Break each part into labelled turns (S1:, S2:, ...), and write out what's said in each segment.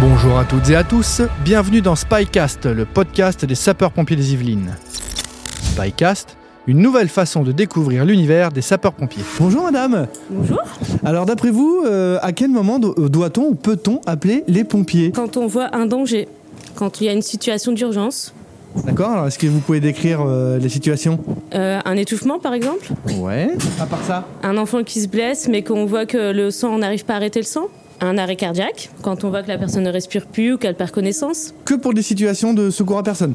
S1: Bonjour à toutes et à tous, bienvenue dans Spycast, le podcast des sapeurs-pompiers des Yvelines. Spycast, une nouvelle façon de découvrir l'univers des sapeurs-pompiers.
S2: Bonjour madame.
S3: Bonjour.
S2: Alors d'après vous, euh, à quel moment do- euh, doit-on ou peut-on appeler les pompiers
S3: Quand on voit un danger, quand il y a une situation d'urgence,
S2: D'accord Alors est-ce que vous pouvez décrire euh, les situations
S3: euh, un étouffement par exemple,
S2: Ouais. À part ça
S3: un enfant qui se blesse mais qu'on voit que le sang, on n'arrive pas à arrêter le sang, un arrêt cardiaque, quand on voit que la personne ne respire plus ou qu'elle perd connaissance.
S2: Que pour des situations de secours à personne.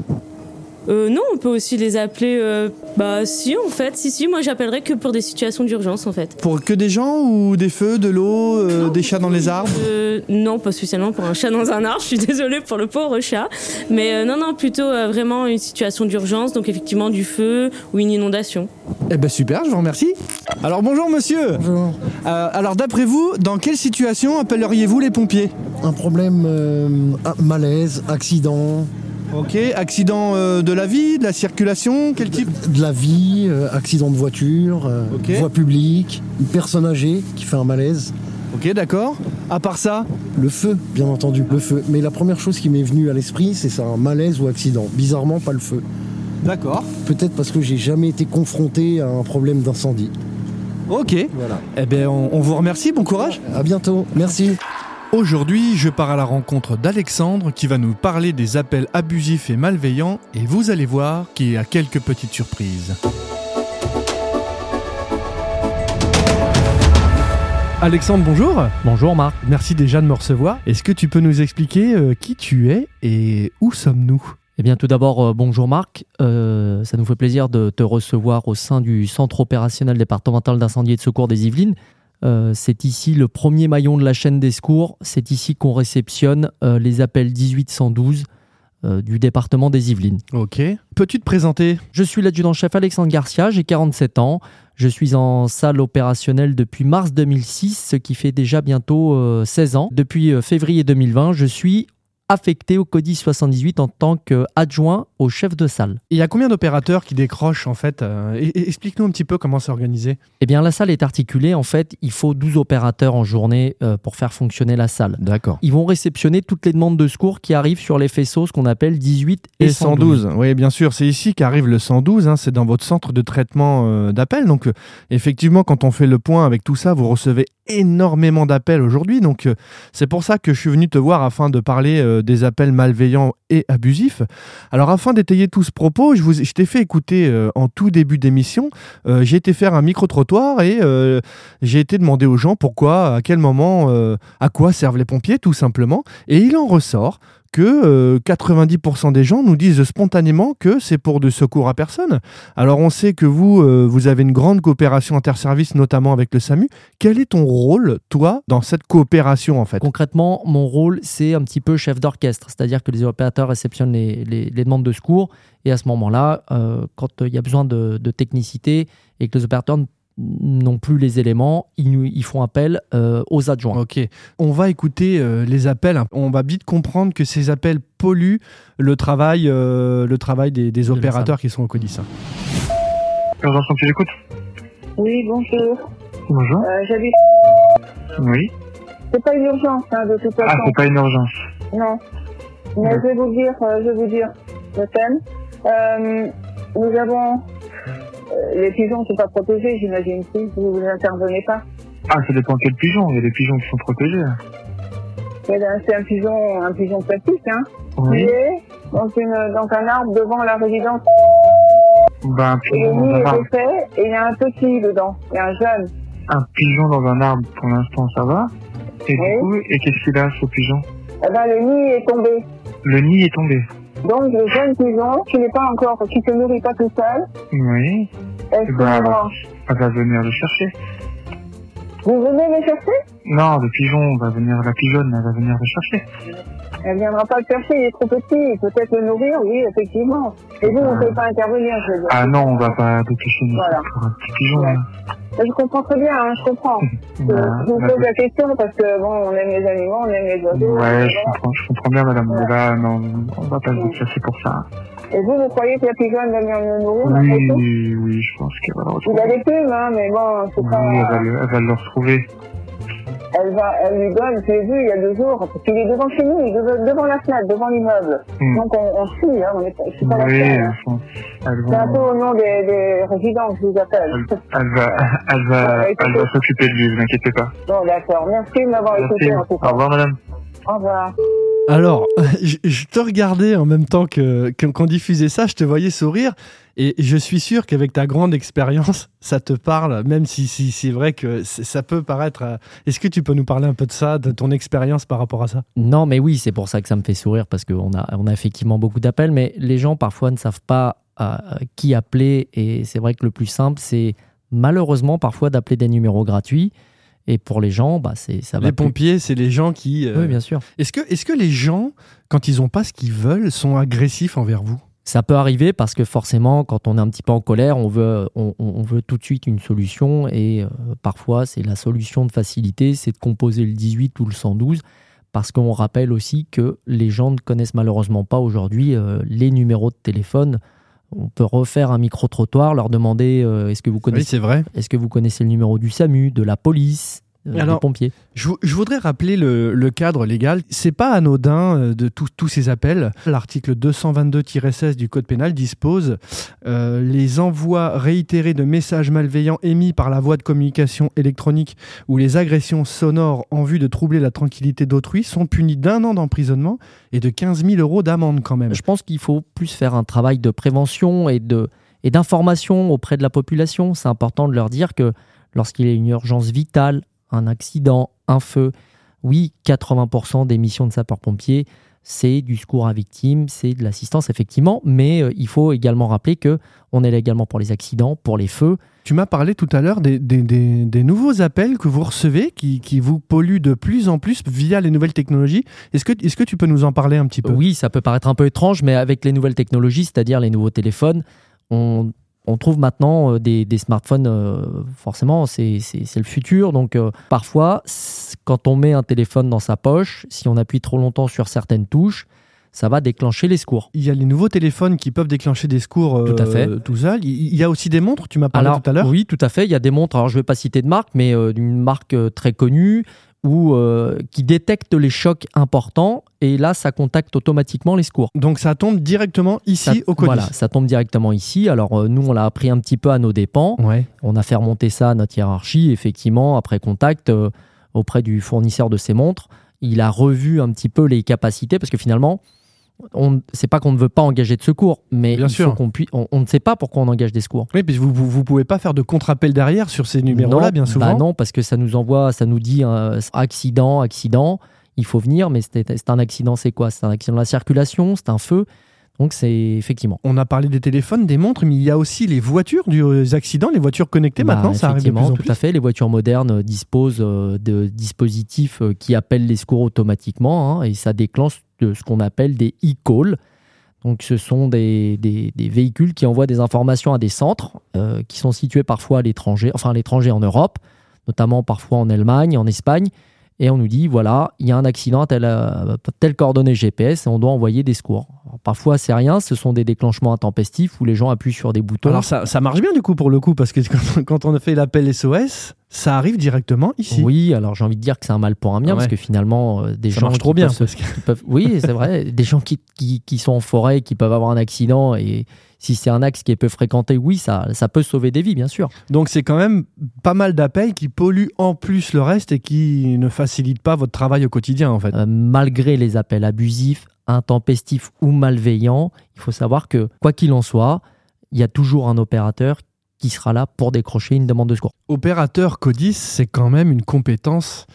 S3: Euh, non, on peut aussi les appeler. euh, bah si en fait, si si, moi j'appellerais que pour des situations d'urgence en fait.
S2: Pour que des gens ou des feux, de l'eau, euh, des chats dans les arbres
S3: Euh, non, pas spécialement pour un chat dans un arbre, je suis désolée pour le pauvre chat. Mais euh, non, non, plutôt euh, vraiment une situation d'urgence, donc effectivement du feu ou une inondation.
S2: Eh ben super, je vous remercie. Alors bonjour monsieur.
S4: Bonjour.
S2: Euh, alors d'après vous, dans quelle situation appelleriez-vous les pompiers
S4: Un problème, euh, ah, malaise, accident,
S2: Ok, accident euh, de la vie, de la circulation, quel type
S4: de la vie, euh, accident de voiture, euh,
S2: Ok.
S4: voie publique, une personne âgée qui fait un malaise,
S2: Ok, d'accord. À part ça
S4: le feu, bien entendu, le feu. Mais la première chose qui m'est venue à l'esprit, c'est ça, un malaise ou accident. Bizarrement, pas le feu.
S2: D'accord.
S4: Peut-être parce que j'ai jamais été confronté à un problème d'incendie.
S2: Ok.
S4: Voilà.
S2: Eh bien, on, on vous remercie, bon courage.
S4: À bientôt. Merci.
S1: Aujourd'hui, je pars à la rencontre d'Alexandre qui va nous parler des appels abusifs et malveillants et vous allez voir qu'il a quelques petites surprises. Alexandre, bonjour.
S5: Bonjour Marc.
S1: Merci déjà de me recevoir. Est-ce que tu peux nous expliquer euh, qui tu es et où sommes-nous
S5: Eh bien tout d'abord, euh, bonjour Marc. Euh, ça nous fait plaisir de te recevoir au sein du Centre opérationnel départemental d'incendie et de secours des Yvelines. Euh, c'est ici le premier maillon de la chaîne des secours. C'est ici qu'on réceptionne euh, les appels 1812 euh, du département des Yvelines.
S1: Ok. Peux-tu te présenter
S5: Je suis l'adjudant-chef Alexandre Garcia, j'ai 47 ans. Je suis en salle opérationnelle depuis mars 2006, ce qui fait déjà bientôt euh, 16 ans. Depuis euh, février 2020, je suis affecté au CODI 78 en tant qu'adjoint au chef de salle.
S1: Il y a combien d'opérateurs qui décrochent en fait euh, et- et Explique-nous un petit peu comment c'est organisé.
S5: Eh bien, la salle est articulée. En fait, il faut 12 opérateurs en journée euh, pour faire fonctionner la salle.
S1: D'accord.
S5: Ils vont réceptionner toutes les demandes de secours qui arrivent sur les faisceaux, ce qu'on appelle 18 et,
S1: Et 112, oui bien sûr, c'est ici qu'arrive le 112, hein, c'est dans votre centre de traitement euh, d'appels. Donc euh, effectivement, quand on fait le point avec tout ça, vous recevez énormément d'appels aujourd'hui. Donc euh, c'est pour ça que je suis venu te voir afin de parler euh, des appels malveillants et abusifs. Alors afin d'étayer tout ce propos, je, vous, je t'ai fait écouter euh, en tout début d'émission, euh, j'ai été faire un micro-trottoir et euh, j'ai été demander aux gens pourquoi, à quel moment, euh, à quoi servent les pompiers tout simplement. Et il en ressort que euh, 90% des gens nous disent spontanément que c'est pour de secours à personne. Alors on sait que vous, euh, vous avez une grande coopération interservice, notamment avec le SAMU. Quel est ton rôle, toi, dans cette coopération en fait
S5: Concrètement, mon rôle, c'est un petit peu chef d'orchestre, c'est-à-dire que les opérateurs réceptionnent les, les- les demandes de secours, et à ce moment-là, euh, quand il y a besoin de, de technicité et que les opérateurs n- n'ont plus les éléments, ils, nous- ils font appel euh, aux adjoints.
S1: Ok, on va écouter euh, les appels. On va vite comprendre que ces appels polluent le travail, euh, le travail des, des
S5: la
S1: opérateurs qui sont au Codice.
S6: Urgence Santé, j'écoute.
S7: Oui, bonjour.
S6: Bonjour.
S7: Euh, J'habite.
S6: Oui.
S7: C'est pas une urgence, hein, de toute
S6: Ah,
S7: façon.
S6: c'est pas une urgence.
S7: non. Mais
S6: Ouais.
S7: je vais vous dire, euh, je vais vous dire le thème. Euh, nous avons. euh, les pigeons ne sont pas protégés, j'imagine, si vous vous intervenez pas.
S6: Ah, ça dépend quel pigeon. Il y a des pigeons qui sont protégés.
S7: Eh ben, C'est un pigeon, un pigeon classique, hein. Il est dans, une, dans un arbre devant la résidence.
S6: Bah, un
S7: Et le
S6: pigeon
S7: nid
S6: dans un
S7: est
S6: arbre.
S7: fait et il y a un petit dedans. Il y a un jeune.
S6: Un pigeon dans un arbre, pour l'instant, ça va. Et du
S7: Oui.
S6: coup, et qu'est-ce qu'il a, ce pigeon
S7: Eh ben, le nid est tombé.
S6: Le nid est tombé.
S7: Donc, le jeune pigeon, qui n'est pas encore, qui se nourrit pas tout seul,
S6: Oui.
S7: est-ce qu'il
S6: Bah,
S7: est mort
S6: On va venir le chercher.
S7: Vous venez le chercher
S6: Non, le pigeon, on va venir, la pigeonne, elle va venir le chercher.
S7: Elle viendra pas le chercher, il est trop petit, peut-être le nourrir, oui, effectivement. Et vous, vous ne pouvez pas intervenir, je veux dire.
S6: Ah non, on va pas dépêcher une
S7: Voilà.
S6: pour un petit pigeon.
S7: Ouais.
S6: hein.
S7: Je comprends très bien, hein, je comprends. Je,
S6: Bah,
S7: je vous
S6: bah,
S7: pose la question parce que, bon, on aime les animaux, on aime les oiseaux.
S6: Ouais,
S7: etc.
S6: je comprends, je comprends bien, madame.
S7: Ouais.
S6: Mais là, non, on va pas vous chasser pour ça.
S7: Et vous, vous croyez que la pigeonne va venir nous nourrir après tout
S6: Oui, oui, je pense qu'elle va le
S7: Il a
S6: retrouver.
S7: des plumes, hein, mais bon, c'est
S6: Oui, elle va
S7: pas...
S6: le, elle va le retrouver.
S7: Eh elle va, elle lui donne, je l'ai vu il y a deux jours, parce qu'il est devant chez nous, il est devant, devant la fenêtre, devant l'immeuble.
S6: Hmm.
S7: Donc on, on suit, hein, on est, pas- je suis pas
S6: Oui,
S7: la seule.
S6: elles
S7: hein.
S6: sont- elles
S7: C'est un peu
S6: vont,
S7: au nom des, des résidents que je vous appelle.
S6: elle, elle va, elle va,
S7: Ouais,
S6: elle va s'occuper de lui, vous inquiétez pas.
S7: Bon, d'accord. Merci de m'avoir
S6: Merci.
S7: écouté, en
S6: Au
S7: tout cas.
S6: revoir, madame.
S7: Au revoir.
S1: Alors, je, je te regardais en même temps que que- qu'on diffusait ça, je te voyais sourire et je suis sûr qu'avec ta grande expérience, ça te parle, même si, si c'est vrai que c'est- ça peut paraître. euh, Est-ce que tu peux nous parler un peu de ça, de ton expérience par rapport à ça
S5: Non, mais oui, c'est pour ça que ça me fait sourire, parce qu'on a, on a effectivement beaucoup d'appels, mais les gens parfois ne savent pas à à qui appeler, et c'est vrai que le plus simple, c'est malheureusement parfois d'appeler des numéros gratuits, et pour les gens, bah, c'est, ça va
S1: Les
S5: plus.
S1: pompiers, c'est les gens qui. euh,
S5: Oui, bien sûr.
S1: Est-ce que, est que les gens, quand ils n'ont pas ce qu'ils veulent, sont agressifs envers vous
S5: Ça peut arriver parce que forcément, quand on est un petit peu en colère, on veut, on, on- on veut tout de suite une solution et euh, parfois, c'est la solution de facilité, c'est de composer le 18 ou le 112 parce qu'on rappelle aussi que les gens ne connaissent malheureusement pas aujourd'hui euh, les numéros de téléphone. On peut refaire un micro-trottoir, leur demander euh, est-ce que, vous connaissez,
S1: c'est vrai.
S5: est-ce que vous connaissez le numéro du SAMU, de la police, euh,
S1: Alors,
S5: des pompiers
S1: Je, vou- je voudrais rappeler le, le cadre légal. C'est pas anodin euh, de tous tous ces appels. L'article 222-16 du Code pénal dispose euh, les envois réitérés de messages malveillants émis par la voie de communication électronique ou les agressions sonores en vue de troubler la tranquillité d'autrui sont punis d'un an d'emprisonnement et de 15 000 euros d'amende quand même.
S5: Je pense qu'il faut plus faire un travail de prévention et de et d'information auprès de la population. C'est important de leur dire que lorsqu'il y a une urgence vitale, un accident, un feu, oui, 80% des missions de sapeurs-pompiers, c'est du secours à victimes, c'est de l'assistance effectivement, mais euh, il faut également rappeler que on est là également pour les accidents, pour les feux,
S1: Tu m'as parlé tout à l'heure des, des- des- des nouveaux appels que vous recevez qui, qui vous polluent de plus en plus via les nouvelles technologies. Est-ce que, est que tu peux nous en parler un petit peu
S5: Oui, ça peut paraître un peu étrange, mais avec les nouvelles technologies, c'est-à-dire les nouveaux téléphones, on, on trouve maintenant euh, des, des smartphones, euh, forcément, c'est c'est- c'est le futur. Donc euh, parfois, c- quand on met un téléphone dans sa poche, si on appuie trop longtemps sur certaines touches, ça va déclencher les secours.
S1: Il y a les nouveaux téléphones qui peuvent déclencher des secours euh,
S5: Tout à fait.
S1: tout seul. Il il y a aussi des montres, tu m'as parlé
S5: Alors,
S1: tout à l'heure.
S5: oui, tout à fait. Il y a des montres, alors je ne vais pas citer de marque, mais euh, d'une marque euh, très connue où, euh, qui détecte les chocs importants et là, ça contacte automatiquement les secours.
S1: Donc ça tombe directement
S5: Ça-
S1: ici au colis.
S5: Voilà, ça tombe directement ici. Alors euh, nous, on l'a appris un petit peu à nos dépens.
S1: Ouais.
S5: On a fait remonter ça à notre hiérarchie. Effectivement, après contact euh, auprès du fournisseur de ces montres, il a revu un petit peu les capacités parce que finalement, on c'est pas qu'on ne veut pas engager de secours, mais
S1: Bien
S5: il
S1: sûr.
S5: faut qu'on pui- on, on ne sait pas pourquoi on engage des secours.
S1: Oui, puis vous, vous, vous pouvez pas faire de contre-appel derrière sur ces numéros-là,
S5: Non,
S1: bien souvent.
S5: bah non, parce que ça nous envoie, ça nous dit euh, accident, accident, il faut venir, mais c'est c'est un accident, c'est quoi C'est un accident de la circulation, c'est un feu. Donc c'est effectivement.
S1: On a parlé des téléphones, des montres, mais il y a aussi les voitures, du- des accidents, les voitures connectées
S5: Bah,
S1: maintenant, ça arrive de plus
S5: effectivement,
S1: en
S5: tout
S1: plus.
S5: à fait. Les voitures modernes disposent euh, de dispositifs euh, qui appellent les secours automatiquement hein, et ça déclenche de ce qu'on appelle des e-calls. Donc, ce sont des, des- des véhicules qui envoient des informations à des centres euh, qui sont situés parfois à l'étranger, enfin à l'étranger en Europe, notamment parfois en Allemagne, en Espagne. Et on nous dit, voilà, il y a un accident à telle, euh, telle coordonnée GPS et on doit envoyer des secours. Alors, parfois, c'est rien, ce sont des déclenchements intempestifs où les gens appuient sur des boutons.
S1: Alors ça, ça marche bien du coup pour le coup, parce que quand, quand on a fait l'appel SOS, ça arrive directement ici.
S5: Oui, alors j'ai envie de dire que c'est un mal pour un bien,
S1: Ouais.
S5: parce que finalement, euh, des
S1: ça
S5: gens.
S1: marche
S5: qui
S1: trop bien.
S5: peuvent se-
S1: parce que-
S5: qui peuvent- oui, c'est vrai. Des gens qui, qui, qui sont en forêt, qui peuvent avoir un accident, et si c'est un axe qui est peu fréquenté, oui, ça, ça peut sauver des vies, bien sûr.
S1: Donc c'est quand même pas mal d'appels qui polluent en plus le reste et qui ne facilitent pas votre travail au quotidien en fait.
S5: Euh, malgré les appels abusifs, intempestifs ou malveillants, il faut savoir que, quoi qu'il en soit, il y a toujours un opérateur qui sera là pour décrocher une demande de secours.
S1: Opérateur CODIS, c'est quand même une compétence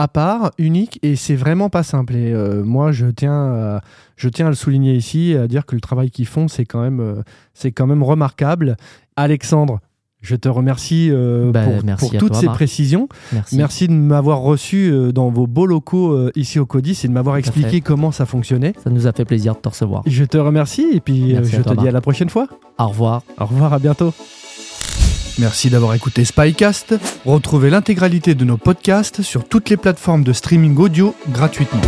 S1: à part, unique, et c'est vraiment pas simple. Et euh, moi, je tiens, à, je tiens à le souligner ici, à dire que le travail qu'ils font, c'est quand même, euh, c'est quand même remarquable. Alexandre, je te remercie euh,
S5: Ben,
S1: pour,
S5: merci
S1: pour
S5: à
S1: toutes
S5: toi,
S1: ces
S5: Marc.
S1: précisions.
S5: Merci.
S1: Merci de m'avoir reçu euh, dans vos beaux locaux euh, ici au CODIS et de m'avoir
S5: Tout à
S1: expliqué
S5: fait.
S1: comment ça fonctionnait.
S5: Ça nous a fait plaisir de te recevoir.
S1: Je te remercie et puis euh,
S5: Merci à
S1: je
S5: toi,
S1: te dis
S5: Marc.
S1: à la prochaine fois.
S5: Au revoir.
S1: Au revoir, à bientôt. Merci d'avoir écouté Spycast. Retrouvez l'intégralité de nos podcasts sur toutes les plateformes de streaming audio gratuitement.